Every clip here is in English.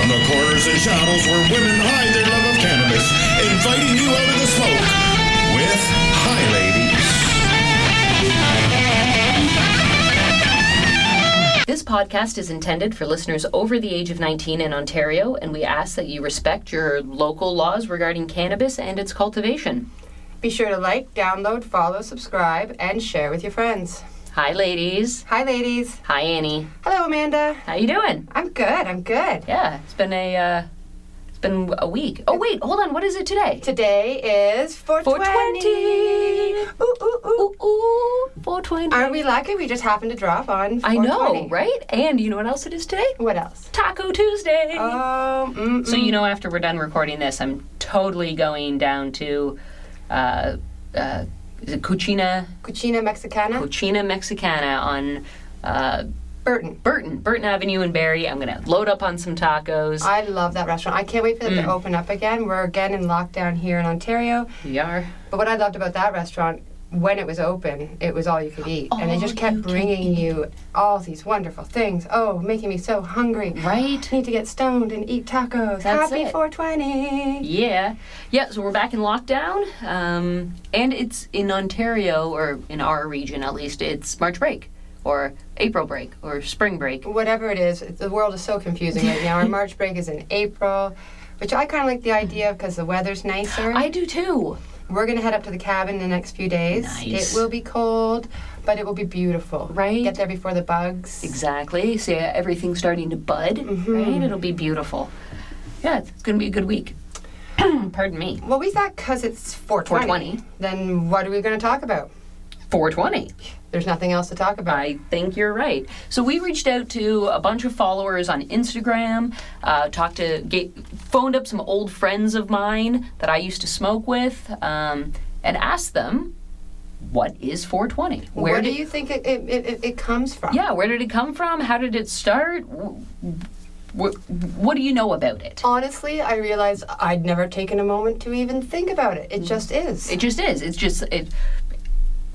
bars and shadows where women hide their love of cannabis, inviting you out of the smoke with High Ladies. This podcast is intended for listeners over the age of 19 in Ontario, and we ask that you respect your local laws regarding cannabis and its cultivation. Be sure to like, download, follow, subscribe, and share with your friends. Hi, ladies. Hi, ladies. Hi, Annie. Hello, Amanda. How you doing? I'm good. I'm good. Yeah, it's been a uh, it's been a week. Oh wait, hold on. What is it today? Today is 420. 420. Ooh, ooh, ooh. Ooh, ooh, 420. Aren't we lucky? We just happened to drop on. 420. I know, right? And you know what else it is today? What else? Taco Tuesday. Um. mm, So mm. you know, after we're done recording this, I'm totally going down to, uh, uh, is it Cucina, Cucina Mexicana, Cucina Mexicana on uh, Burton. Burton, Burton Avenue in Barrie. I'm gonna load up on some tacos. I love that restaurant. I can't wait for them Mm. to open up again. We're again in lockdown here in Ontario. we are. But what I loved about that restaurant, when it was open, it was all you could eat. and they just All kept Oh, you can bringing you all these wonderful things. Oh, making me so hungry. Right? Need to get stoned and eat tacos. That's Happy it. 420. Yeah. Yeah, so we're back in lockdown. Um, and it's in Ontario, or in our region at least, it's March break, or April break, or spring break. Whatever it is, the world is so confusing right now. Our March break is in April. Which I kind of like the idea of because the weather's nicer. I do too. We're going to head up to the cabin in the next few days. Nice. It will be cold, but it will be beautiful. Right. Get there before the bugs. Exactly. See, uh, everything's starting to bud, right? It'll be beautiful. Yeah, it's, it's going to be a good week. Pardon me. Well, we thought because it's 420, 420. then what are we going to talk about? 420. There's nothing else to talk about. I think you're right. So we reached out to a bunch of followers on Instagram, uh, talked to, ga- phoned up some old friends of mine that I used to smoke with, um, and asked them, "What is 420? Where, do did you think it, it, it, it- it comes from? yeah, where did it come from? How did it start? Wh- wh- what do you know about it? Honestly, I realized I'd never taken a moment to even think about it. It just is. Mm. It just is. It's just it.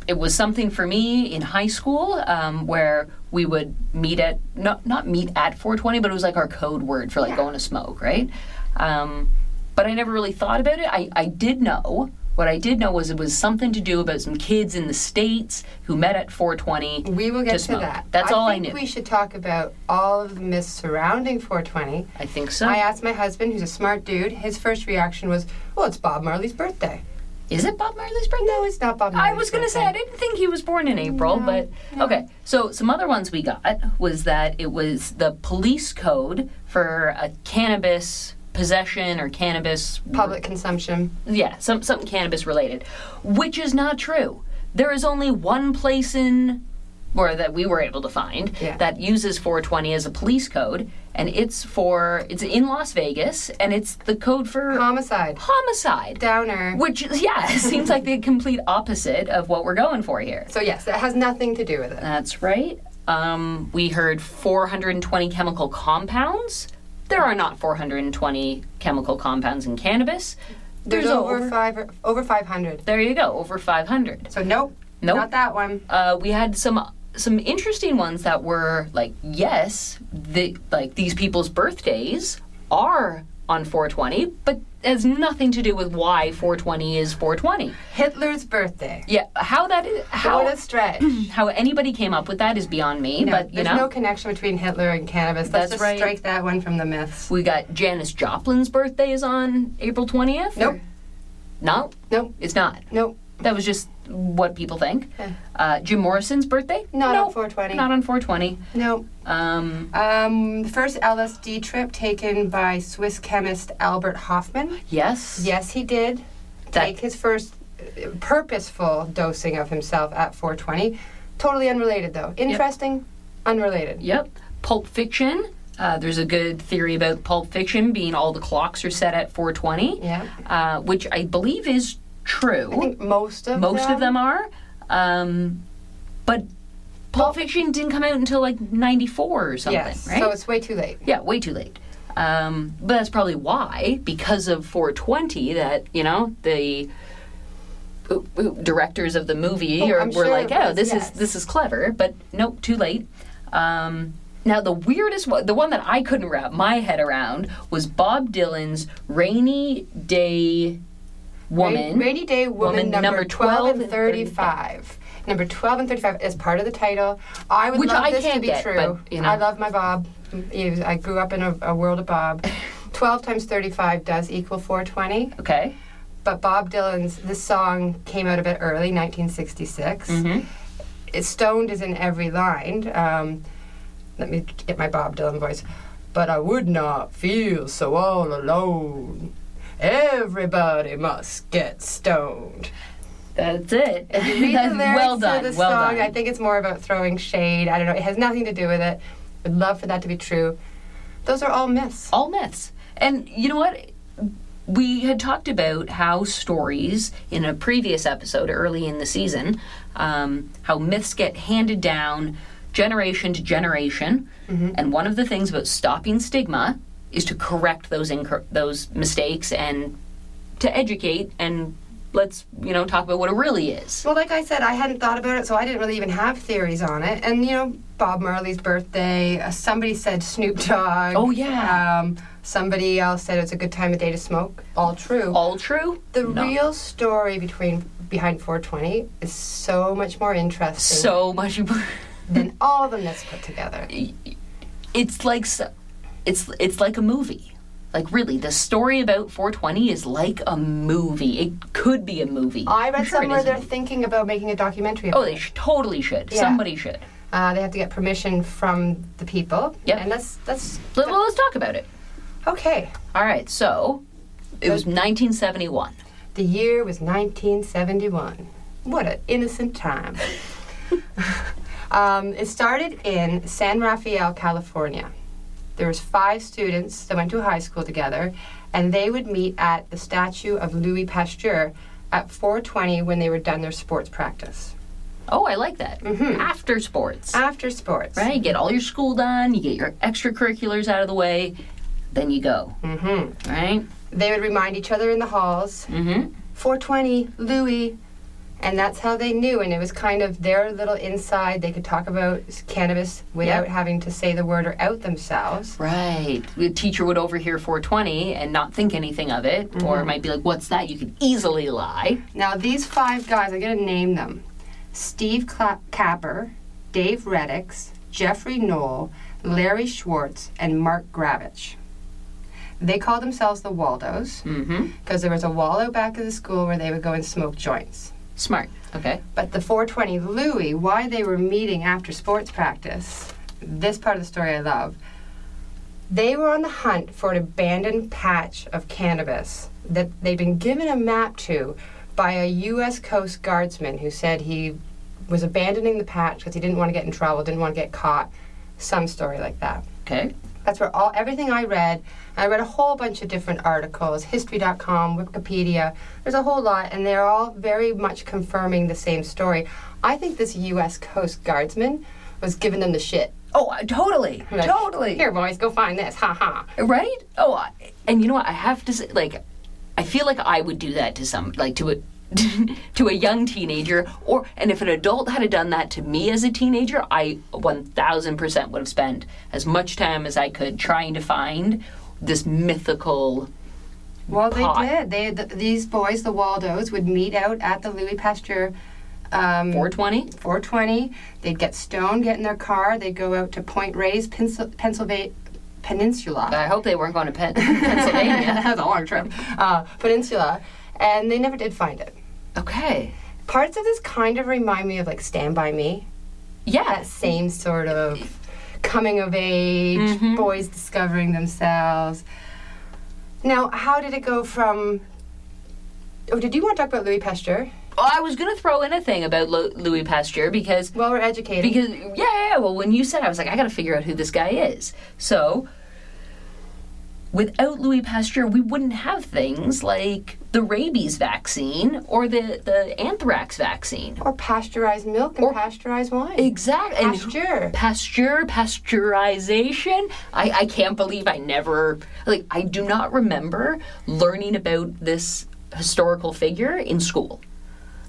It was something for me in high school um, where we would meet at not not meet at 420, but it was like our code word for like going to smoke, right? Um, but I never really thought about it. I, I did know what I did know was it was something to do about some kids in the states who met at 420. we will get to, smoke. that. That's all I think knew. We should talk about all of the myths surrounding 420. I think so. I uh, asked my husband, who's a smart dude, his first reaction was, Well, it's Bob Marley's birthday. is it Bob Marley's birthday? No, it's not Bob Marley's I was going to say, I birthday. didn't think he was born in April, but okay. So, some other ones we got was that it was the police code for a cannabis possession or cannabis. Public consumption. Yeah, some, something cannabis related, which is not true. There is only one place in. Or that we were able to find Yeah. that uses 420 as a police code, and it's for it's in Las Vegas, and it's the code for Homicide. homicide. Downer. Which, yeah, seems like the complete opposite of what we're going for here. So, yes, that has nothing to do with it. That's right. Um, we heard 420 chemical compounds. There are not 420 chemical compounds in cannabis. There's, over, five, over 500. There you go, over 500. So, nope. Nope. Not that one. Uh, we had some some interesting ones that were like, yes, the, like these people's birthdays are on 420, but has nothing to do with why 420 is 420. Hitler's birthday. Yeah, how that is, how What a stretch. How anybody came up with that is beyond me, No, but you there's know. no connection between Hitler and cannabis. That's Let's just right. strike that one from the myths. we got Janis Joplin's birthday is on April 20th. or- Nope. No, Nope. it's not. Nope. That was just what people think. Yeah. Uh, Jim Morrison's birthday? Not no, on 420. Not on 420. Nope. Um, Um, the first LSD trip taken by Swiss chemist Albert Hoffman. yes. Yes, he did That- take his first uh, purposeful dosing of himself at 420. Totally unrelated, though. Interesting, unrelated. Yep. Pulp Fiction. Uh, there's a good theory about Pulp Fiction being all the clocks are set at 420. Yeah. Uh, which I believe is true. I think most of Most of them are. Um, but Pulp Fiction didn't come out until like 94 or something, Yes. right? So it's way too late. yeah, way too late. Um, but that's probably why, because of 420, that, you know, the uh, uh, directors of the movie Oh, or I'm were sure like, it oh, was, this yes. is this is clever, but nope, too late. Um, Now, the weirdest one, the one that I couldn't wrap my head around, was Bob Dylan's Rainy Day Woman. Rainy, Rainy Day Woman, number, 12 and 35. Number 12 and 35 is part of the title. I would Which love I this to can't be get, true. but, you know. I love my Bob. He was- I grew up in a, a world of Bob. 12 times 35 does equal 420. Okay. But Bob Dylan's this song came out a bit early, 1966. Mm-hmm. It, Stoned is in every line. Um, let me get my Bob Dylan voice. But I would not feel so all alone. Everybody must get stoned. That's it. If you read That's- the lyrics well to done. the well song, done. I think it's more about throwing shade. I don't know. It has nothing to do with it. Would love for that to be true. Those are all myths. all myths. And you know what? We had talked about how stories in a previous episode early in the season, um, how myths get handed down generation to generation, Mm-hmm. and one of the things about stopping stigma is to correct those incor- those mistakes and to educate and let's you know talk about what it really is. Well, like I said, I hadn't thought about it, so I didn't really even have theories on it. And you know, Bob Marley's birthday. Uh, somebody said Snoop Dogg. Oh, yeah. Um, somebody else said it's a good time of day to smoke. All true. All true. the No. real story between behind 420 is so much more interesting so much. than all the myths put together. it's like s- it's it's like a movie. Like really, the story about 420 is like a movie. It could be a movie. I I'm read sure it somewhere is a they're movie. thinking about making a documentary. Oh, about they it. sh- totally should. Yeah. Somebody should. Uh, they have to get permission from the people. Yep. And that's that's Let, well, let's talk about it. okay. All right. So, it was 1971. The year was 1971. What an innocent time. um, it started in San Rafael, California. There was five students that went to high school together, and they would meet at the statue of Louis Pasteur at 4:20 when they were done their sports practice. Oh, I like that. Mm-hmm. After sports, After sports, right? You get all your school done. You get your extracurriculars out of the way. Then you go. Mm-hmm. Right. they would remind each other in the halls. Mm-hmm. 420, Louis. And that's how they knew. And it was kind of their little inside. They could talk about s- cannabis without Yep. having to say the word or out themselves. Right. The teacher would overhear 420 and not think anything of it, or might be like, "What's that?" You could easily lie. Now, these five guys, I'm going to name them Steve Cla- Capper, Dave Reddix, Jeffrey Knoll, Larry Schwartz, and Mark Gravich. They called themselves the Waldos Mm-hmm. because there was a wall out back of the school where they would go and smoke joints. Smart. Okay. But the 420 Louis, why they were meeting after sports practice, this part of the story I love. They were on the hunt for an abandoned patch of cannabis that they'd been given a map to by a U.S. Coast Guardsman who said he was abandoning the patch because he didn't want to get in trouble, didn't want to get caught. Some story like that. Okay. That's where all everything I read. I read a whole bunch of different articles, history.com, Wikipedia. There's a whole lot, and they're all very much confirming the same story. I think this U.S. Coast Guardsman was giving them the shit. Oh, I- totally. Like, Totally. Here, boys, go find this. Ha ha. Right? Oh, I, and you know what? I have to say, like, I feel like I would do that to some, like, to a. to a young teenager or and if an adult had done that to me as a teenager i 1000% would have spent as much time as i could trying to find this mythical Well, Pot. they did. They th- these boys, the Waldos, would meet out at the Louis Pasteur. Um, 420 420. They'd get stoned, get in their car. They'd go out to Point Reyes, Pensil- Pennsylvania, Peninsula. i hope they weren't going to Pen- pennsylvania that was a long trip. Uh, peninsula, and they never did find it. okay Parts of this kind of remind me of like Stand By Me, that yes same sort of coming of age, Mm-hmm. boys discovering themselves. Now, how did it go from? Oh, did you want to talk about Louis Pasteur? oh, i was going to throw in a thing about Lo- louis pasteur because Well, we're educated. Because yeah, yeah, yeah, well, when you said, I was like, I got to figure out who this guy is. So, without Louis Pasteur, we wouldn't have things like the rabies vaccine or the the anthrax vaccine. or pasteurized milk and pasteurized wine. Exactly. Pasteur. Pasteur, pasteurization. I, I can't believe I never, like, I do not remember learning about this historical figure in school.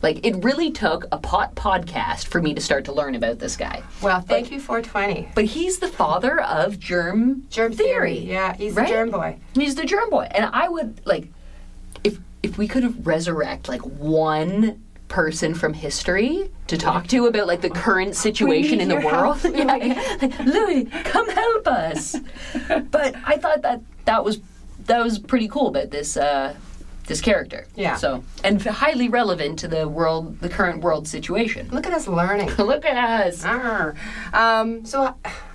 Like it really took a pot podcast for me to start to learn about this guy. Well, thank you, 420. But he's the father of germ Germ theory. Yeah, he's the right? germ boy. He's the germ boy, and I would like if if we could resurrect like one person from history to talk to about like the current situation in the your world. help, Yeah, yeah. Like, Louis, come help us. but I thought that that was that was pretty cool about this uh, this character. Yeah. So and highly relevant to the world, the current world situation. Look at us learning. Look at us. Arr. Um, so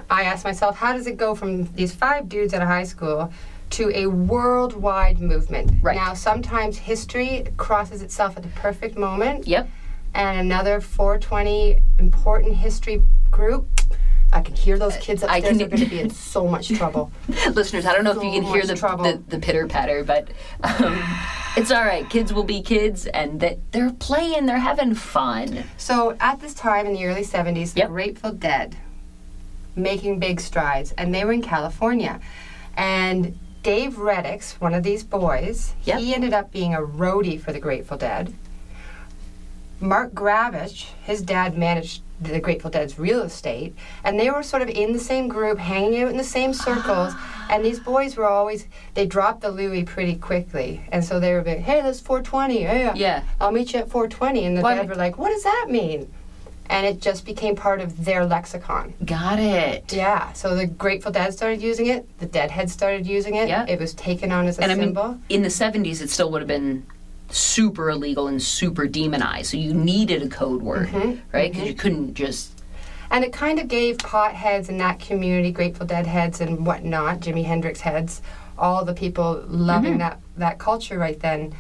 I asked myself, how does it go from these five dudes out of high school to a worldwide movement? Right. Now, sometimes history crosses itself at the perfect moment. Yep. And another 420 important history group. I can hear those kids Uh, I upstairs. can- They're going to be in so much trouble. listeners, I don't know if you So can hear much the, trouble. the, the pitter patter, but um, it's all right. Kids will be kids, and that they're playing, they're having fun. So at this time in the early Yep. 70s, the Grateful Dead making big strides, and they were in California. And Dave Reddix, one of these boys, Yep. he ended up being a roadie for the Grateful Dead. Mark Gravich, his dad managed the Grateful Dead's real estate, and they were sort of in the same group, hanging out in the same circles. And these boys were always, they dropped the Louis pretty quickly. And so they were like, hey, that's 420. Yeah. Yeah. I'll meet you at 420. And the Why- dad were like, what does that mean? And it just became part of their lexicon. Got it. Yeah. So the Grateful Dead started using it. The Deadhead started using it. Yeah. It was taken on as a And I mean, symbol. in the 70s, it still would have been super illegal and super demonized. So you needed a code word, Mm-hmm. right? Because you couldn't just. and it kind of gave potheads in that community, Grateful Dead heads and whatnot, Jimi Hendrix heads, all the people loving Mm-hmm. that, that culture right then,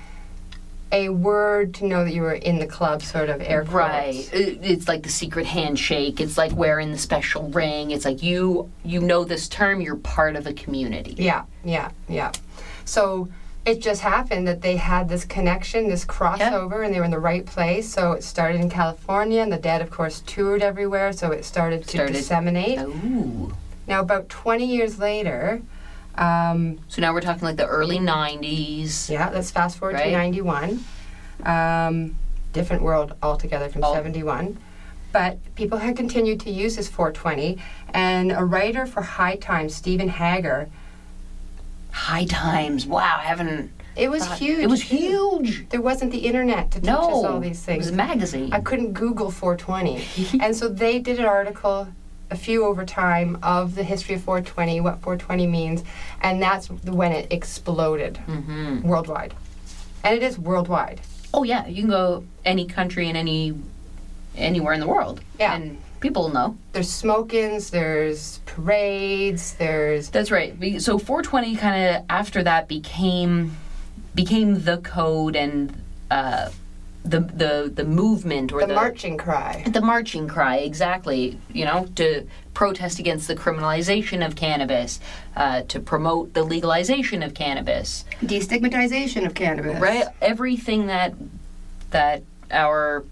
a word to know that you were in the club, sort of air quotes. Right. It- uh, It's like the secret handshake. It's like wearing the special ring. It's like you you know this term. You're part of a community. Yeah, yeah, yeah. So it just happened that they had this connection, this crossover, and they were in the right place. So it started in California, and the Dead, of course, toured everywhere. So it started to Started- disseminate. Ooh. Now, about 20 years later, um, So now we're talking like the early 90s. yeah, let's fast forward Right. to 91. Um, different world altogether from Al- 71. But people had continued to use this 420, and a writer for High Times, Stephen Hager, High Times. Wow, I haven't. it was thought- huge. It was too. huge. There wasn't the internet to teach us No, all these It was things. a magazine. I couldn't Google 420. and so they did an article, a few over time, of the history of 420, what 420 means, and that's when it exploded Mm-hmm. worldwide. And it is worldwide. oh yeah, you can go any country in any anywhere in the world. Yeah. and people will know. There's smoke-ins, there's parades, there's. That's right. We- So 420 kind of after that became became the code and uh, the the the movement or The the, marching cry. the marching cry exactly you know to protest against the criminalization of cannabis uh, to promote the legalization of cannabis Destigmatization of cannabis. right everything that that our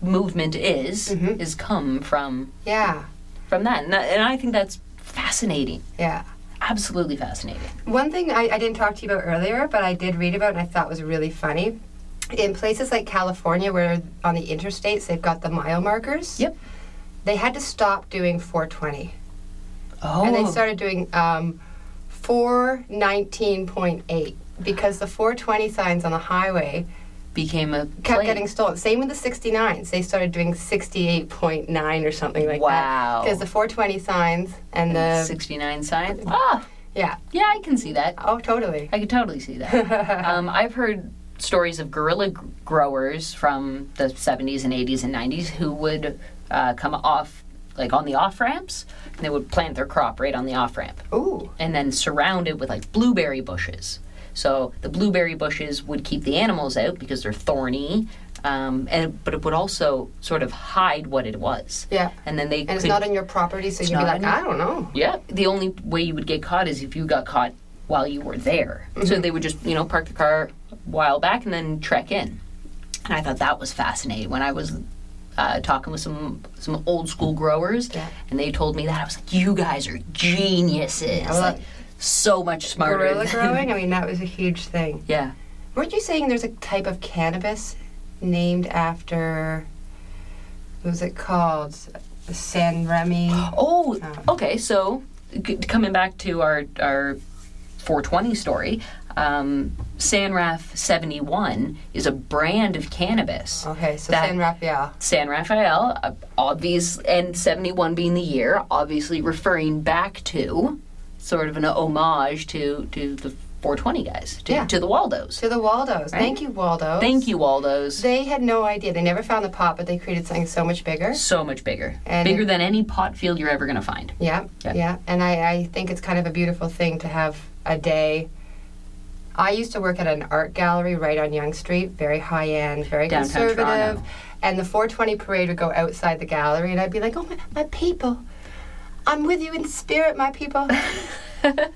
movement is is come from Yeah, from that and, that- and i think that's fascinating yeah. absolutely fascinating One thing I, I didn't talk to you about earlier, but I did read about and I thought was really funny. In places like California, where on the interstates they've got the mile markers, Yep. they had to stop doing 420, oh and they started doing um, 419.8 because the 420 signs on the highway became a kept plague. getting stolen. Same with the 69s; they started doing 68.9 or something like that. Wow. Because the 420 signs and the Mm-hmm. 69 sign ah yeah, yeah i can see that oh totally. I could totally see that. um, I've heard stories of gorilla gr- growers from the 70s and 80s and 90s who would uh, come off, like on the off ramps, and they would plant their crop right on the off ramp Ooh, and then surround it with like blueberry bushes. So the blueberry bushes would keep the animals out because they're thorny. Um, and but it would also sort of hide what it was. Yeah. And then they and it's could not on your property, so you'd be not like, on your- I don't know. yeah. The only way you would get caught is if you got caught while you were there. So Mm-hmm. they would just, you know, park the car a while back and then trek in. And I thought that was fascinating when I was uh, talking with some some old school growers, Yeah. and they told me that I was like, "You guys are geniuses! well, like, so much smarter." Gorilla than-" growing? I mean, that was a huge thing. yeah. Weren't you saying there's a type of cannabis named after, what was it called? San Remi. Oh, Oh. okay. So g- coming back to our our 420 story, um, Sanraf 71 is a brand of cannabis. Okay, so That- San Rafael. San Rafael, uh, obvious, and 71 being the year, obviously referring back to sort of an homage to to the 420 guys, to, Yeah. to the Waldos. To the Waldos. Thank you, Waldos. Thank you, Waldos. They had no idea. They never found the pot, but they created something so much bigger. so much bigger, And bigger it- than any pot field you're ever going to find. Yeah, Yeah. yeah. And I, I think it's kind of a beautiful thing to have a day. I used to work at an art gallery right on Young Street, very high end, very Downtown conservative. Toronto. And the 420 parade would go outside the gallery, and I'd be like, oh, my, my people. I'm with you in spirit, my people.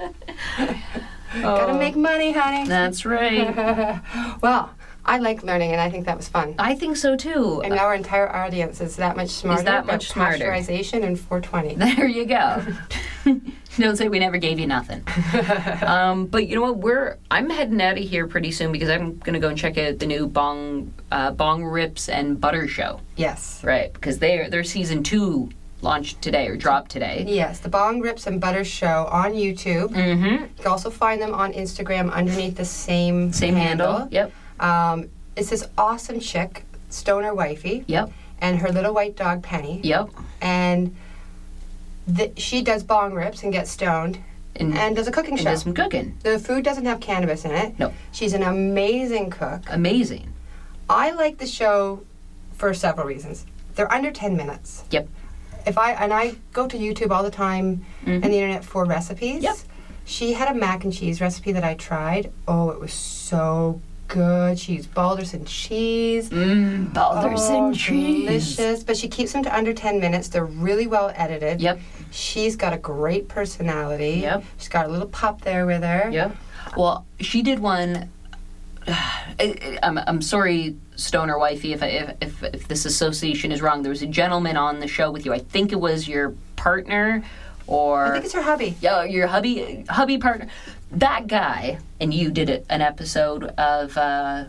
Gotta Oh. make money, honey. That's right. Well, I like learning, and I think that was fun. I think so too. And now our entire audience is that much smarter Oh. that about much smarter. pasteurization and 420. There you go. Don't say we never gave you nothing. um, but you know what? We're I'm heading out of here pretty soon because I'm gonna go and check out the new Bong uh, Bong Rips and Butter show. Yes. Right, because they their season two launched today or dropped today. Yes, the Bong Rips and Butter Show on YouTube. Mm-hmm. You can also find them on Instagram underneath the same Same handle. Yep. Um, it's this awesome chick, stoner wifey. Yep. And her little white dog Penny. Yep. And the, she does bong rips and gets stoned And, and does a cooking and show. does some cooking. the food doesn't have cannabis in it. No. She's an amazing cook. Amazing. I like the show for several reasons. They're under 10 minutes. Yep. if I and I go to YouTube all the time and the internet for Mm-hmm. recipes. Yep. She had a mac and cheese recipe that I tried. Oh, it was so good. She used Balderson cheese. Mmm, Baldur's Oh, and cheese. Delicious. But she keeps them to under 10 minutes. They're really well edited. Yep. She's got a great personality. Yep. She's got a little pup there with her. Yeah. Well, she did one. I, I'm, I'm sorry, stoner wifey, if, I, if if if this association is wrong. There was a gentleman on the show with you. I think it was your partner, or I think it's her hubby. yeah, your hubby hubby partner. That guy and you did a, an episode of uh,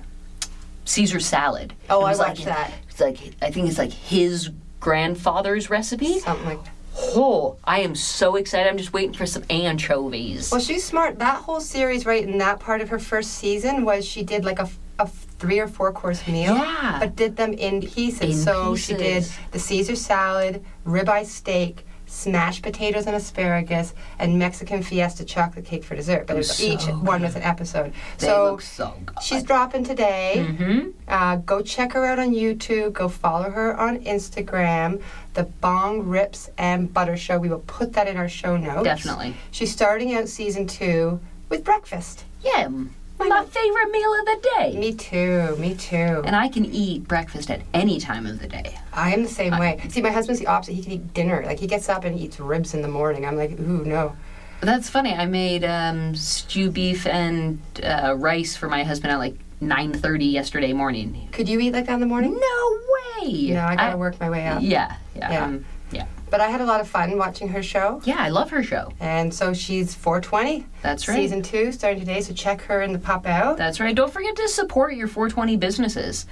Caesar salad. Oh, It I was watched that. It's like I think it's like his grandfather's recipe. Something like that. Oh, I am so excited! I'm just waiting for some anchovies. Well, she's smart. That whole series, right in that part of her first season, was she did like a, f- a f- three or four course meal, Yeah. but did them in pieces. In so she did pieces. the Caesar salad, ribeye steak, smashed potatoes and asparagus, and Mexican fiesta chocolate cake for dessert. But it was was each so one was an episode. They so look so good. Mm-hmm. she's dropping today. Uh, go check her out on YouTube. Go follow her on Instagram. The Bong Rips and Butter Show. We will put that in our show notes. Definitely. She's starting out season two with breakfast. Yeah, m- my favorite meal of the day. Me too, me too. And I can eat breakfast at any time of the day. I am the same way. See, my husband's the opposite. He can eat dinner. Like, he gets up and eats ribs in the morning. I'm like, ooh, no. That's funny. I made um, stew beef and uh, rice for my husband at like 9:30 yesterday morning. Could you eat like that in the morning? No way. No, I gotta work my way up. Yeah, yeah, yeah. Yeah. Um, yeah. But I had a lot of fun watching her show. Yeah, I love her show. And so she's 420. That's right. Season two starting today, so check her in the pop out. That's right. Don't forget to support your 420 businesses.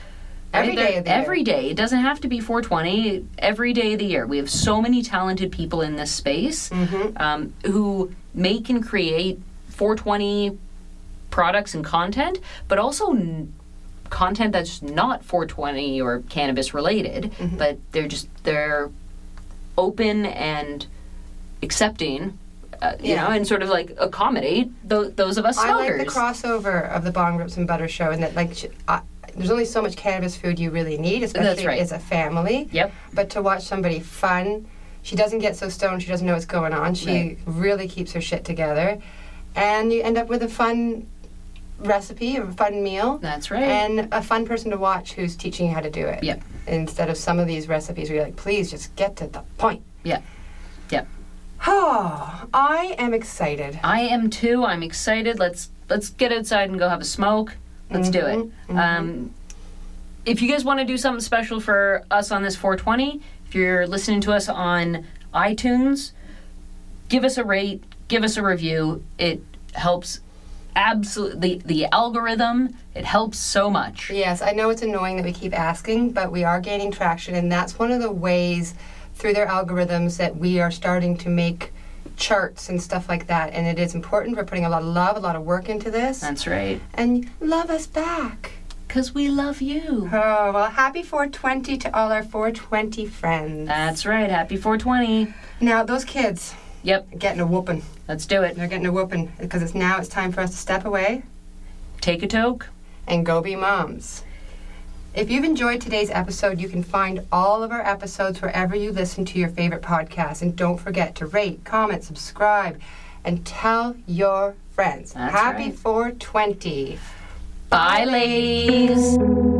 Every They're- day of the year. Every day. It doesn't have to be 420. Every day of the year. We have so many talented people in this space Mm-hmm. um, who make and create 420 products and content, but also n- content that's not 420 or cannabis related, Mm-hmm. but they're just, they're open and accepting. Uh, you Yeah. know, and sort of like accommodate tho- those of us I smokers. like the crossover of the Bong Rips and Butter show, and that, like, sh I, there's only so much cannabis food you really need, especially right. as a family. Yep. But to watch somebody fun, she doesn't get so stoned, she doesn't know what's going on. She Right. really keeps her shit together. And you end up with a fun recipe, a fun meal. That's right. And a fun person to watch who's teaching you how to do it. Yep. Instead of some of these recipes where you're like, please just get to the point. Yeah. Yeah. Oh, I am excited. I am too. I'm excited. Let's let's get outside and go have a smoke. Let's do it. Um, if you guys want to do something special for us on this 420, if you're listening to us on iTunes, give us a rate, give us a review. It helps absolutely the, the algorithm. It helps so much. Yes, I know it's annoying that we keep asking, but we are gaining traction, and that's one of the ways through their algorithms that we are starting to make charts and stuff like that. And it is important. We're putting a lot of love, a lot of work into this, That's right. and love us back. Because we love you. Oh, well, happy 420 to all our 420 friends. That's right. Happy 420. Now, those kids Yep, getting a whooping. let's do it. They're getting a whooping because it's now it's time for us to step away Take a toke. and go be moms. If you've enjoyed today's episode, you can find all of our episodes wherever you listen to your favorite podcast. And don't forget to rate, comment, subscribe, and tell your friends. That's Happy right. 420. Bye, ladies.